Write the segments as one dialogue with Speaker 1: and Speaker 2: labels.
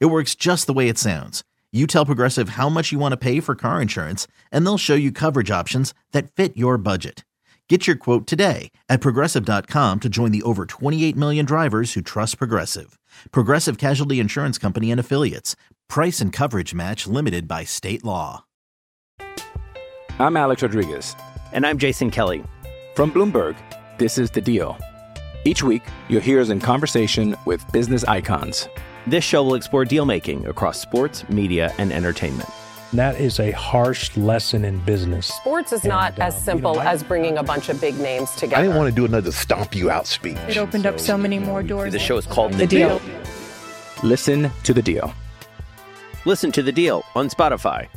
Speaker 1: It works just the way it sounds. You tell Progressive how much you want to pay for car insurance, and they'll show you coverage options that fit your budget. Get your quote today at progressive.com to join the over 28 million drivers who trust Progressive. Progressive Casualty Insurance Company and Affiliates. Price and coverage match limited by state law.
Speaker 2: I'm Alex Rodriguez.
Speaker 3: And I'm Jason Kelly.
Speaker 2: From Bloomberg, this is The Deal. Each week, you'll hear us in conversation with business icons.
Speaker 3: This show will explore deal making across sports, media, and entertainment.
Speaker 4: That is a harsh lesson in business.
Speaker 5: Sports is and not as simple you know, as bringing a bunch of big names together. I
Speaker 6: didn't want to do another stomp you out speech.
Speaker 7: It opened so, up so many more doors.
Speaker 3: The show is called The, the deal. deal.
Speaker 2: Listen to the deal.
Speaker 3: Listen to the deal on Spotify.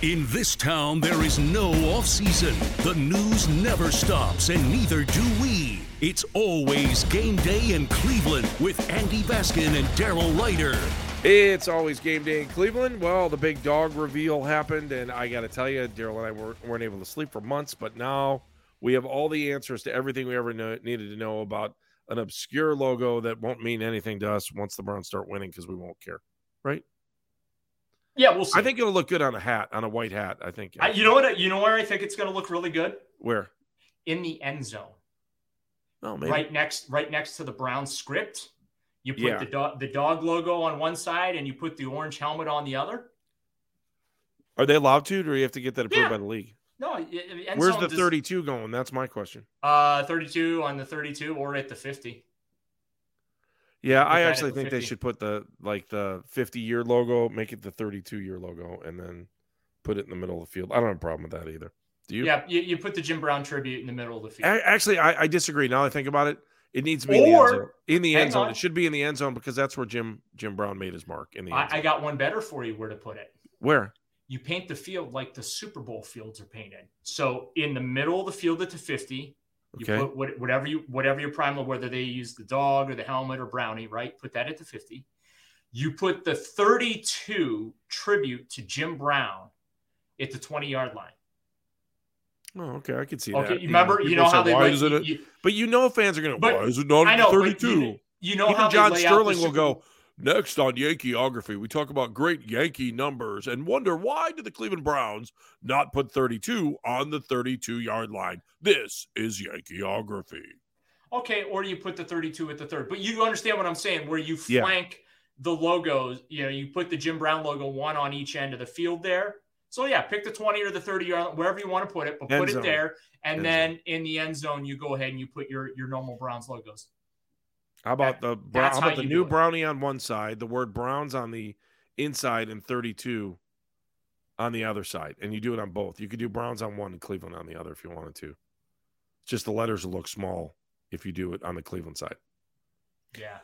Speaker 8: In this town, there is no off season. The news never stops, and neither do we. It's always game day in Cleveland with Andy Baskin and Daryl Ryder.
Speaker 9: It's always game day in Cleveland. Well, the big dog reveal happened, and I got to tell you, Daryl and I weren't, weren't, able to sleep for months, but now we have all the answers to everything we ever kn- needed to know about an obscure logo that won't mean anything to us once the Browns start winning because we won't care, right?
Speaker 10: Yeah, we'll see.
Speaker 9: I think it'll look good on a hat, on a white hat. I think.
Speaker 10: I, you know what? You know where I think it's going to look really good?
Speaker 9: Where?
Speaker 10: In the end zone.
Speaker 9: Oh, maybe.
Speaker 10: Right next, right next to the brown script. You put yeah. the dog, the dog logo on one side, and you put the orange helmet on the other.
Speaker 9: Are they allowed to, or do you have to get that approved yeah. by the league?
Speaker 10: No. It,
Speaker 9: Where's the does, 32 going? That's my question.
Speaker 10: Uh, 32 on the 32, or at the 50.
Speaker 9: Yeah, I actually think 50. they should put the like the 50 year logo, make it the 32 year logo, and then put it in the middle of the field. I don't have a problem with that either. Do you?
Speaker 10: Yeah, you, you put the Jim Brown tribute in the middle of the field.
Speaker 9: I, actually, I, I, disagree. Now I think about it, it needs to be or, in the end zone. The end zone. It should be in the end zone because that's where Jim Jim Brown made his mark. In the
Speaker 10: I, I, got one better for you. Where to put it?
Speaker 9: Where?
Speaker 10: You paint the field like the Super Bowl fields are painted. So in the middle of the field at the 50, you okay. put what, whatever you whatever your primal, whether they use the dog or the helmet or brownie, right? Put that at the 50. You put the 32 tribute to Jim Brown at the 20 yard line.
Speaker 9: Oh, okay, I can see okay, that.
Speaker 10: You remember, you know how they
Speaker 9: why like, it? You, but you know fans are gonna. But, why is it not know, 32?
Speaker 10: You, you, know Even how
Speaker 9: John Sterling will go. Next on Yankeeography, we talk about great Yankee numbers and wonder why did the Cleveland Browns not put 32 on the 32-yard line. This is Yankeeography.
Speaker 10: Okay, or you put the 32 at the third. But you understand what I'm saying, where you flank yeah. the logos, you know, you put the Jim Brown logo one on each end of the field there. So yeah, pick the 20 or the 30 yard, wherever you want to put it, but end put zone. it there. And end then zone. in the end zone, you go ahead and you put your your normal Browns logos.
Speaker 9: How about the brown, how about the new brownie on one side, the word Browns on the inside, and 32 on the other side, and you do it on both. You could do Browns on one and Cleveland on the other if you wanted to. Just the letters will look small if you do it on the Cleveland side.
Speaker 10: Yeah.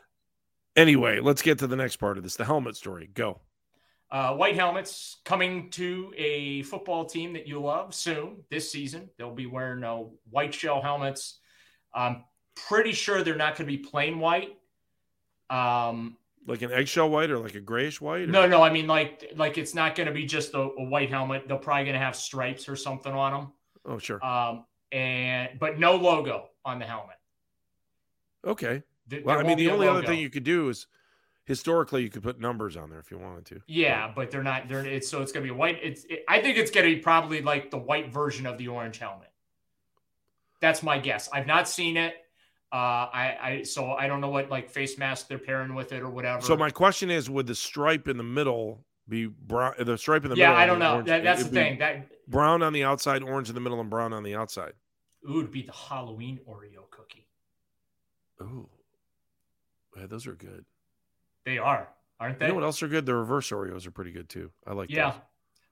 Speaker 9: Anyway, let's get to the next part of this. The helmet story. Go.
Speaker 10: Uh, white helmets coming to a football team that you love soon this season. They'll be wearing uh, white shell helmets. Um, pretty sure they're not going to be plain white. Um,
Speaker 9: like an eggshell white or like a grayish white? Or?
Speaker 10: No, no. I mean, like, like it's not going to be just a, a, white helmet. They're probably going to have stripes or something on them.
Speaker 9: Oh, sure.
Speaker 10: Um, and but no logo on the helmet.
Speaker 9: Okay. Th- well, I mean, the only logo. other thing you could do is historically you could put numbers on there if you wanted to.
Speaker 10: Yeah, but, but they're not. They're it's so it's going to be white. It's. It, I think it's going to be probably like the white version of the orange helmet. That's my guess. I've not seen it. Uh, I, I so I don't know what like face mask they're pairing with it or whatever.
Speaker 9: So my question is, would the stripe in the middle be brown? The stripe in the
Speaker 10: yeah,
Speaker 9: middle.
Speaker 10: Yeah, I don't know. Orange, that, that's the thing. That
Speaker 9: brown on the outside, orange in the middle, and brown on the outside.
Speaker 10: It would be the Halloween Oreo cookie.
Speaker 9: Oh, yeah, those are good.
Speaker 10: They are, aren't they?
Speaker 9: You know what else are good? The reverse Oreos are pretty good too. I like.
Speaker 10: Yeah,
Speaker 9: those.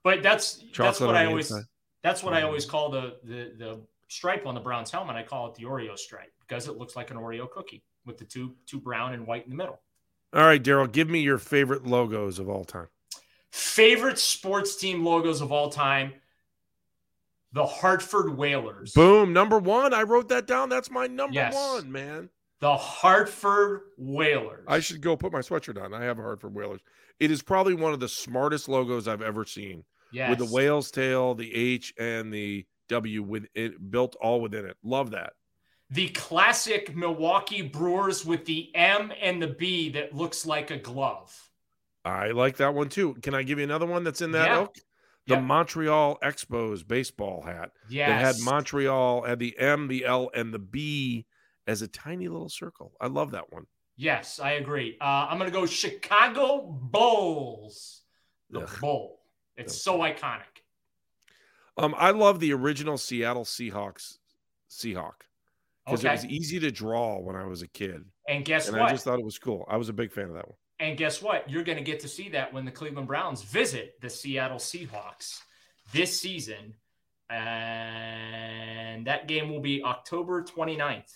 Speaker 10: but that's Chocolate that's what I always inside. that's what oh, I always call the the the stripe on the Browns helmet. I call it the Oreo stripe because it looks like an Oreo cookie with the two two brown and white in the middle.
Speaker 9: All right, Daryl, give me your favorite logos of all time.
Speaker 10: Favorite sports team logos of all time. The Hartford Whalers.
Speaker 9: Boom, number one. I wrote that down. That's my number yes. one, man.
Speaker 10: The Hartford Whalers.
Speaker 9: I should go put my sweatshirt on. I have a Hartford Whalers. It is probably one of the smartest logos I've ever seen.
Speaker 10: Yes.
Speaker 9: With the whale's tail, the H, and the W with it built all within it. Love that
Speaker 10: the classic Milwaukee Brewers with the M and the B that looks like a glove.
Speaker 9: I like that one too. Can I give you another one that's in that yeah. ilk? The yeah. Montreal Expos baseball hat.
Speaker 10: Yeah.
Speaker 9: That had Montreal, had the M, the L, and the B as a tiny little circle. I love that one.
Speaker 10: Yes, I agree. Uh, I'm going to go Chicago Bulls. The Ugh. Bull. It's so iconic.
Speaker 9: Um, I love the original Seattle Seahawks Seahawk because okay. it was easy to draw when I was a kid.
Speaker 10: And guess
Speaker 9: and
Speaker 10: what?
Speaker 9: I just thought it was cool. I was a big fan of that one.
Speaker 10: And guess what? You're going to get to see that when the Cleveland Browns visit the Seattle Seahawks this season. And that game will be October 29th.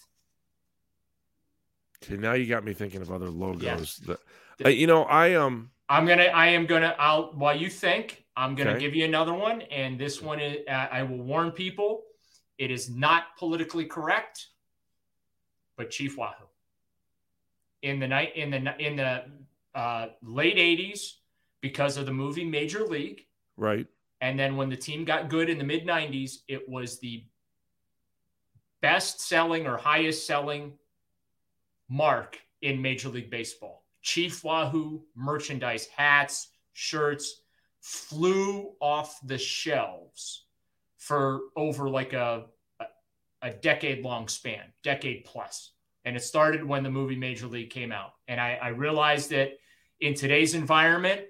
Speaker 9: Okay, now you got me thinking of other logos. Yes. That, uh, you know, I am. Um,
Speaker 10: I'm gonna. I am gonna. I'll. While you think, I'm gonna okay. give you another one, and this one is. Uh, I will warn people. It is not politically correct but Chief Wahoo. In the night in the in the uh, late '80s, because of the movie Major League,
Speaker 9: right?
Speaker 10: And then when the team got good in the mid '90s, it was the best-selling or highest-selling mark in Major League Baseball. Chief Wahoo merchandise, hats, shirts flew off the shelves for over like a a decade long span, decade plus. And it started when the movie Major League came out. And I, I, realized that in today's environment,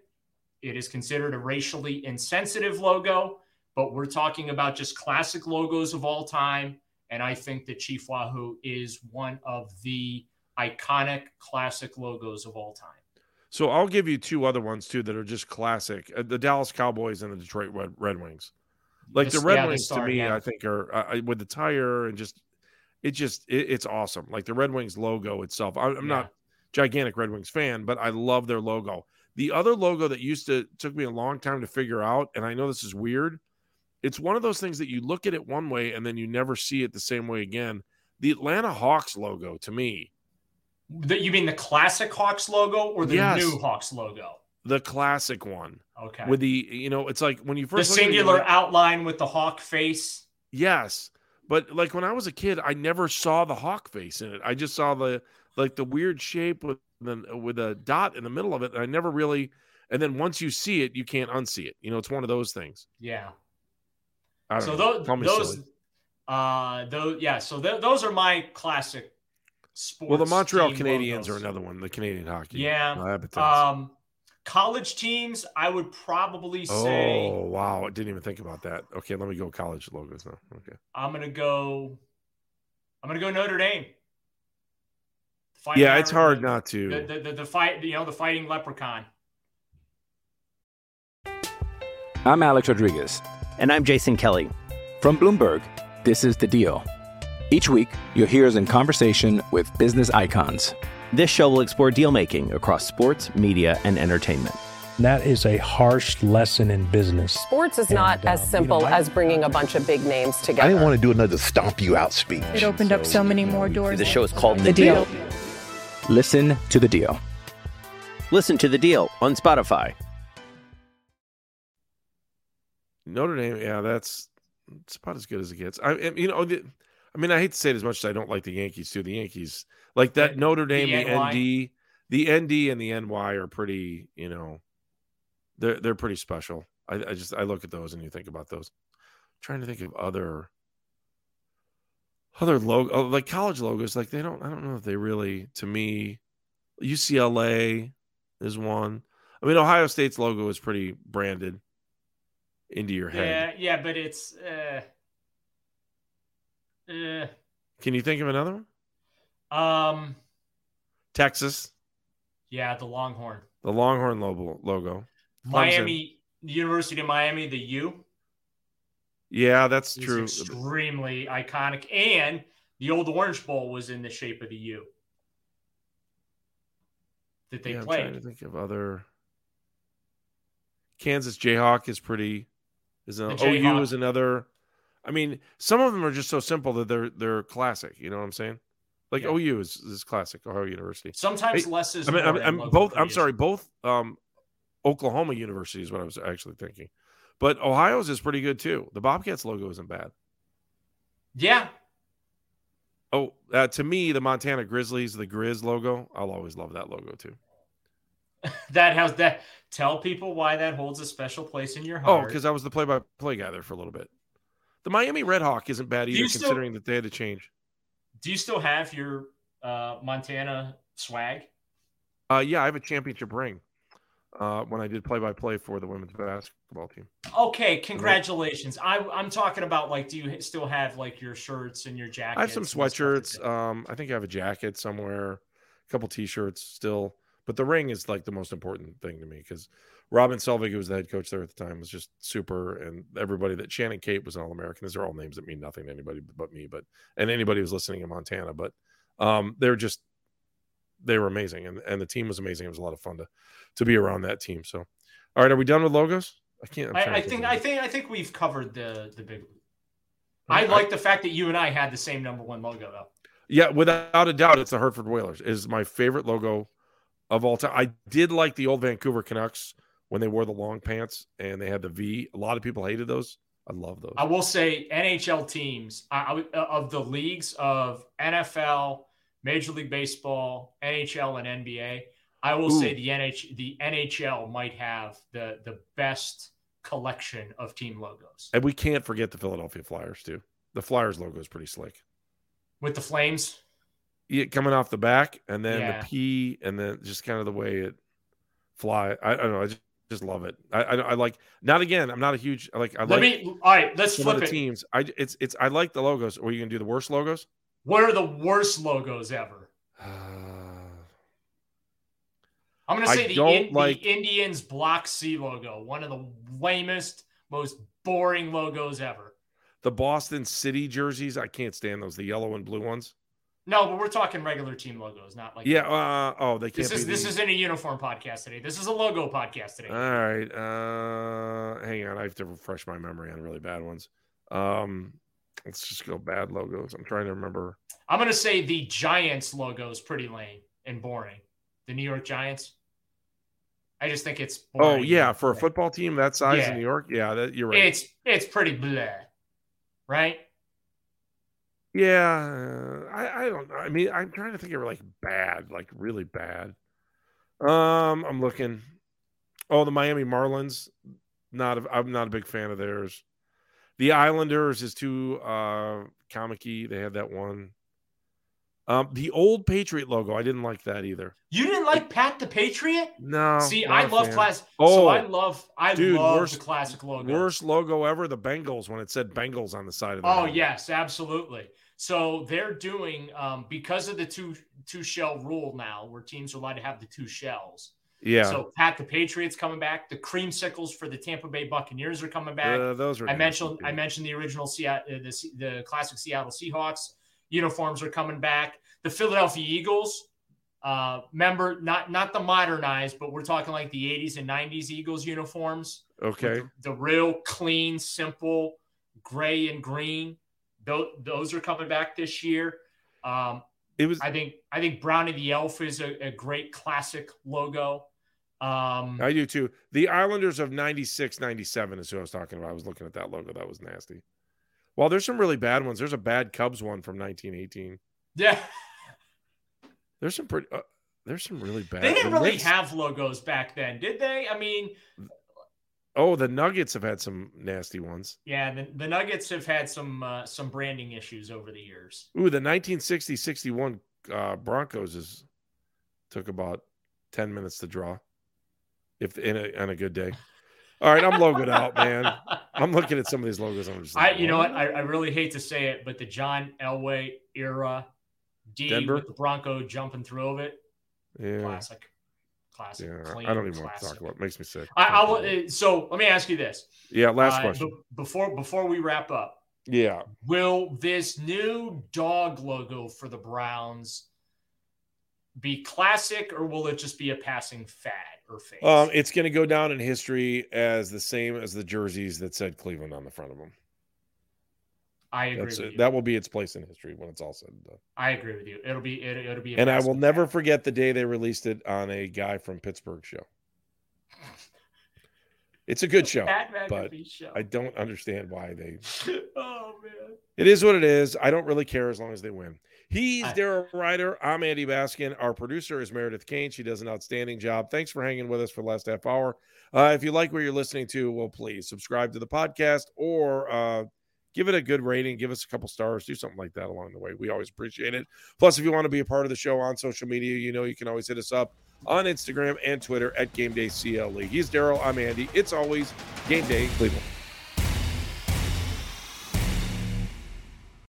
Speaker 10: it is considered a racially insensitive logo, but we're talking about just classic logos of all time. And I think that Chief Wahoo is one of the iconic classic logos of all time.
Speaker 9: So I'll give you two other ones too that are just classic uh, the Dallas Cowboys and the Detroit Red, Red Wings like the, the Red yeah, Wings star, to me, yeah. I think are uh, with the tire and just it just it, it's awesome. Like the Red Wings logo itself. I, am yeah. not gigantic Red Wings fan, but I love their logo. The other logo that used to took me a long time to figure out, and I know this is weird. It's one of those things that you look at it one way and then you never see it the same way again. The Atlanta Hawks logo to me.
Speaker 10: The, you mean the classic Hawks logo or the yes. new Hawks logo?
Speaker 9: the classic one.
Speaker 10: Okay.
Speaker 9: With the you know, it's like when you first
Speaker 10: the singular it, outline with the hawk face.
Speaker 9: Yes, but like when I was a kid, I never saw the hawk face in it. I just saw the like the weird shape with the with a dot in the middle of it. And I never really. And then once you see it, you can't unsee it. You know, it's one of those things.
Speaker 10: Yeah. so know. those those silly. uh those yeah so th- those are my classic sports.
Speaker 9: Well, the Montreal Canadiens are another one. The Canadian hockey.
Speaker 10: Yeah. Um college teams, I would probably say.
Speaker 9: Oh wow! I didn't even think about that. Okay, let me go college logos now. Okay,
Speaker 10: I'm gonna go. I'm gonna go Notre Dame.
Speaker 9: yeah, it's hard not to.
Speaker 10: The, the, the, the fight, you know, the fighting leprechaun.
Speaker 2: I'm Alex Rodriguez,
Speaker 3: and I'm Jason Kelly
Speaker 2: from Bloomberg. This is the Deal. Each week, you'll hear us in conversation with business icons.
Speaker 3: This show will explore deal making across sports, media, and entertainment.
Speaker 4: That is a harsh lesson in business.
Speaker 5: Sports is and, not as uh, simple you know, I, as bringing a bunch of big names together. I
Speaker 6: didn't want to do another stomp you out speech.
Speaker 7: It opened so, up so many more doors.
Speaker 3: The show is called The, the deal. deal.
Speaker 2: Listen to the deal.
Speaker 3: Listen to the deal on Spotify.
Speaker 9: Notre Dame, yeah, that's it's about as good as it gets. I, you know, the, I mean, I hate to say it as much as I don't like the Yankees too. The Yankees, like that the, Notre Dame, the, NY. ND, the ND and the NY are pretty, you know, they're they're pretty special. I, I just I look at those and you think about those. I'm trying to think of other other logo like college logos. Like they don't I don't know if they really to me UCLA is one. I mean Ohio State's logo is pretty branded into your head.
Speaker 10: Yeah, yeah, but it's uh uh,
Speaker 9: Can you think of another one?
Speaker 10: Um,
Speaker 9: Texas.
Speaker 10: Yeah, the Longhorn.
Speaker 9: The Longhorn logo. logo.
Speaker 10: Miami, Clemson. University of Miami, the U.
Speaker 9: Yeah, that's it's true.
Speaker 10: Extremely iconic, and the old Orange Bowl was in the shape of the U. that they
Speaker 9: Yeah, I'm trying
Speaker 10: played.
Speaker 9: to think of other. Kansas Jayhawk is pretty. Is an,
Speaker 10: The
Speaker 9: OU is
Speaker 10: Jayhawk.
Speaker 9: another. I mean, some of them are just so simple that they're they're classic. You know what I'm saying? Like
Speaker 10: Yeah.
Speaker 9: OU is, is classic. Ohio University.
Speaker 10: Sometimes
Speaker 9: Hey,
Speaker 10: less is
Speaker 9: I mean,
Speaker 10: more
Speaker 9: I'm,
Speaker 10: in
Speaker 9: I'm
Speaker 10: local
Speaker 9: both. I'm
Speaker 10: areas.
Speaker 9: sorry, both. Um, Oklahoma University is what I was actually thinking, but Ohio's is pretty good too. The Bobcats logo isn't bad.
Speaker 10: Yeah,
Speaker 9: Oh, uh, to me, the Montana Grizzlies, the Grizz logo, I'll always love that logo too.
Speaker 10: that has that. Tell people why that holds a special place in your
Speaker 9: Oh,
Speaker 10: heart.
Speaker 9: because I was the play-by-play guy there for a little bit. The Miami Red Hawk isn't bad
Speaker 10: Do
Speaker 9: either,
Speaker 10: you still-
Speaker 9: considering that they had to change.
Speaker 10: do you still have your uh, Montana swag?
Speaker 9: Uh, yeah, I have a championship ring uh, when I did play-by-play for the women's basketball team.
Speaker 10: Okay, congratulations. I, I'm talking about like, do you still have like your shirts and your jackets?
Speaker 9: I have some
Speaker 10: and stuff like
Speaker 9: sweatshirts.
Speaker 10: that?
Speaker 9: Um, I think I have a jacket somewhere, a couple T-shirts still, but the ring is like the most important thing to me because Robin Selvig, who was the head coach there at the time, was just super, and everybody that Shannon Kate was an All American. These are all names that mean nothing to anybody but me, but and anybody who's listening in Montana. But um, they're just they were amazing, and and the team was amazing. It was a lot of fun to to be around that team. So, all right, are we done with logos? I can't. I'm
Speaker 10: I,
Speaker 9: trying to
Speaker 10: I think
Speaker 9: of-
Speaker 10: I think I think we've covered the the big. I like the fact that you and I had the same number one logo though.
Speaker 9: Yeah, without a doubt, it's the Hartford Whalers. It is my favorite logo of all time. I did like the old Vancouver Canucks when they wore the long pants and they had the V. A lot of people hated those. I love those.
Speaker 10: I will say NHL teams I, I would- of the leagues of NFL, Major League Baseball, NHL, and NBA. I will
Speaker 9: Ooh.
Speaker 10: say the NH the NHL might have the the best collection of team logos
Speaker 9: and we can't forget the Philadelphia Flyers too. The Flyers logo is pretty slick.
Speaker 10: with the Flames.
Speaker 9: Yeah, coming off the back and then
Speaker 10: Yeah.
Speaker 9: the P and then just kind of the way it fly. I, I don't know. I just, just love it. I, I I like. Not again. I'm not a huge like. I
Speaker 10: Let
Speaker 9: like
Speaker 10: me. All right, let's
Speaker 9: some of
Speaker 10: flip
Speaker 9: the
Speaker 10: it.
Speaker 9: teams. I it's it's. I like the logos. Or you can do the worst logos.
Speaker 10: What are the worst logos ever? Uh, I'm gonna
Speaker 9: I
Speaker 10: say the,
Speaker 9: don't
Speaker 10: In-
Speaker 9: like-
Speaker 10: the Indians Block C logo, one of the lamest, most boring logos ever.
Speaker 9: The Boston City jerseys, I can't stand those. The yellow and blue ones.
Speaker 10: No, but we're talking regular team logos, not like
Speaker 9: yeah. Uh, oh, they can't.
Speaker 10: This is
Speaker 9: be
Speaker 10: this
Speaker 9: the-
Speaker 10: isn't a uniform podcast today. This is a logo podcast today.
Speaker 9: All right. Uh, hang on. I have to refresh my memory on really bad ones. Um, let's just go bad logos. I'm trying to remember.
Speaker 10: I'm gonna say the Giants logo is pretty lame and boring. The New York Giants. I just think it's.
Speaker 9: Oh
Speaker 10: boring.
Speaker 9: yeah, for a football team that size
Speaker 10: Yeah.
Speaker 9: in New York, yeah, that, you're right.
Speaker 10: It's it's pretty blah, right?
Speaker 9: yeah, uh, I, I don't. know. I mean, I'm trying to think of like bad, like really bad. Um, I'm looking. Oh, the Miami Marlins. Not a, I'm not a big fan of theirs. The Islanders is too uh comic-y. They had that one. Um, the old Patriot logo, I didn't like that either.
Speaker 10: You didn't like Pat the Patriot?
Speaker 9: Oh, No.
Speaker 10: See,
Speaker 9: not
Speaker 10: I
Speaker 9: a
Speaker 10: love
Speaker 9: fan.
Speaker 10: class.
Speaker 9: Oh,
Speaker 10: so I love I
Speaker 9: dude,
Speaker 10: love
Speaker 9: worst-
Speaker 10: the classic logo.
Speaker 9: Worst logo ever, the Bengals when it said Bengals on the side of the
Speaker 10: Oh
Speaker 9: helmet.
Speaker 10: yes, absolutely. So they're doing um, because of the two two shell rule now, where teams are allowed to have the two shells.
Speaker 9: Yeah.
Speaker 10: So Pat the Patriots coming back. The creamsicles for the Tampa Bay Buccaneers are coming back.
Speaker 9: Uh, those are
Speaker 10: I
Speaker 9: nasty,
Speaker 10: mentioned I
Speaker 9: dude.
Speaker 10: mentioned the original Seattle, the Se- the classic Seattle Seahawks uniforms are coming back. The Philadelphia Eagles, uh, member not not the modernized, but we're talking like the '80s and '90s Eagles uniforms.
Speaker 9: Okay.
Speaker 10: The real clean, simple gray and green. Those, those are coming back this year. Um,
Speaker 9: It was
Speaker 10: I think I think Brownie the Elf is a, a great classic logo. Um,
Speaker 9: I do too. The Islanders of 96, 97 is who I was talking about. I was looking at that logo. That was nasty. Well, there's some really bad ones. There's a bad Cubs one from 1918.
Speaker 10: yeah,
Speaker 9: There's some pretty, uh, there's some really bad.
Speaker 10: they didn't
Speaker 9: the
Speaker 10: really
Speaker 9: Knicks-
Speaker 10: have logos back then, did they? I mean,
Speaker 9: Oh, the Nuggets have had some nasty ones.
Speaker 10: Yeah, the, the Nuggets have had some uh, some branding issues over the years.
Speaker 9: Ooh, the 1960 61 uh, Broncos is took about 10 minutes to draw if in a, on a good day. All right, I'm logoed out, man. I'm looking at some of these logos. I'm just
Speaker 10: I,
Speaker 9: like,
Speaker 10: you know what? I, I really hate to say it, but the John Elway era, D
Speaker 9: Denver?
Speaker 10: with the Bronco jumping through of it,
Speaker 9: Yeah,
Speaker 10: classic, classic.
Speaker 9: yeah.
Speaker 10: clean,
Speaker 9: I don't even want to
Speaker 10: classic.
Speaker 9: talk about. It. Makes me sick.
Speaker 10: I, I will. uh, So let me ask you this.
Speaker 9: Yeah, last
Speaker 10: Uh,
Speaker 9: question.
Speaker 10: be- before before we wrap up,
Speaker 9: Yeah.
Speaker 10: will this new dog logo for the Browns be classic or will it just be a passing fad or phase?
Speaker 9: Um, it's going to go down in history as the same as the jerseys that said Cleveland on the front of them.
Speaker 10: I agree.
Speaker 9: That's
Speaker 10: with you.
Speaker 9: That will be its place in history when it's all said and done.
Speaker 10: I agree with you. It'll be it, it'll be. a
Speaker 9: And I
Speaker 10: passing
Speaker 9: will never
Speaker 10: fad.
Speaker 9: forget the day they released it on a guy from Pittsburgh show. It's a good show.
Speaker 10: Pat
Speaker 9: but
Speaker 10: McAfee show.
Speaker 9: I don't understand why they.
Speaker 10: oh man.
Speaker 9: It is what it is. I don't really care as long as they win. He's
Speaker 10: I-
Speaker 9: Daryl Ryder. I'm Andy Baskin. Our producer is Meredith Kane. She does an outstanding job. Thanks for hanging with us for the last half hour. Uh, if you like what you're listening to, well, please subscribe to the podcast or uh, give it a good rating. Give us a couple stars. Do something like that along the way. We always appreciate it. Plus, if you want to be a part of the show on social media, you know you can always hit us up on E. Instagram and Twitter at Game Day CLE. He's Daryl. I'm Andy. It's always Game Day Cleveland.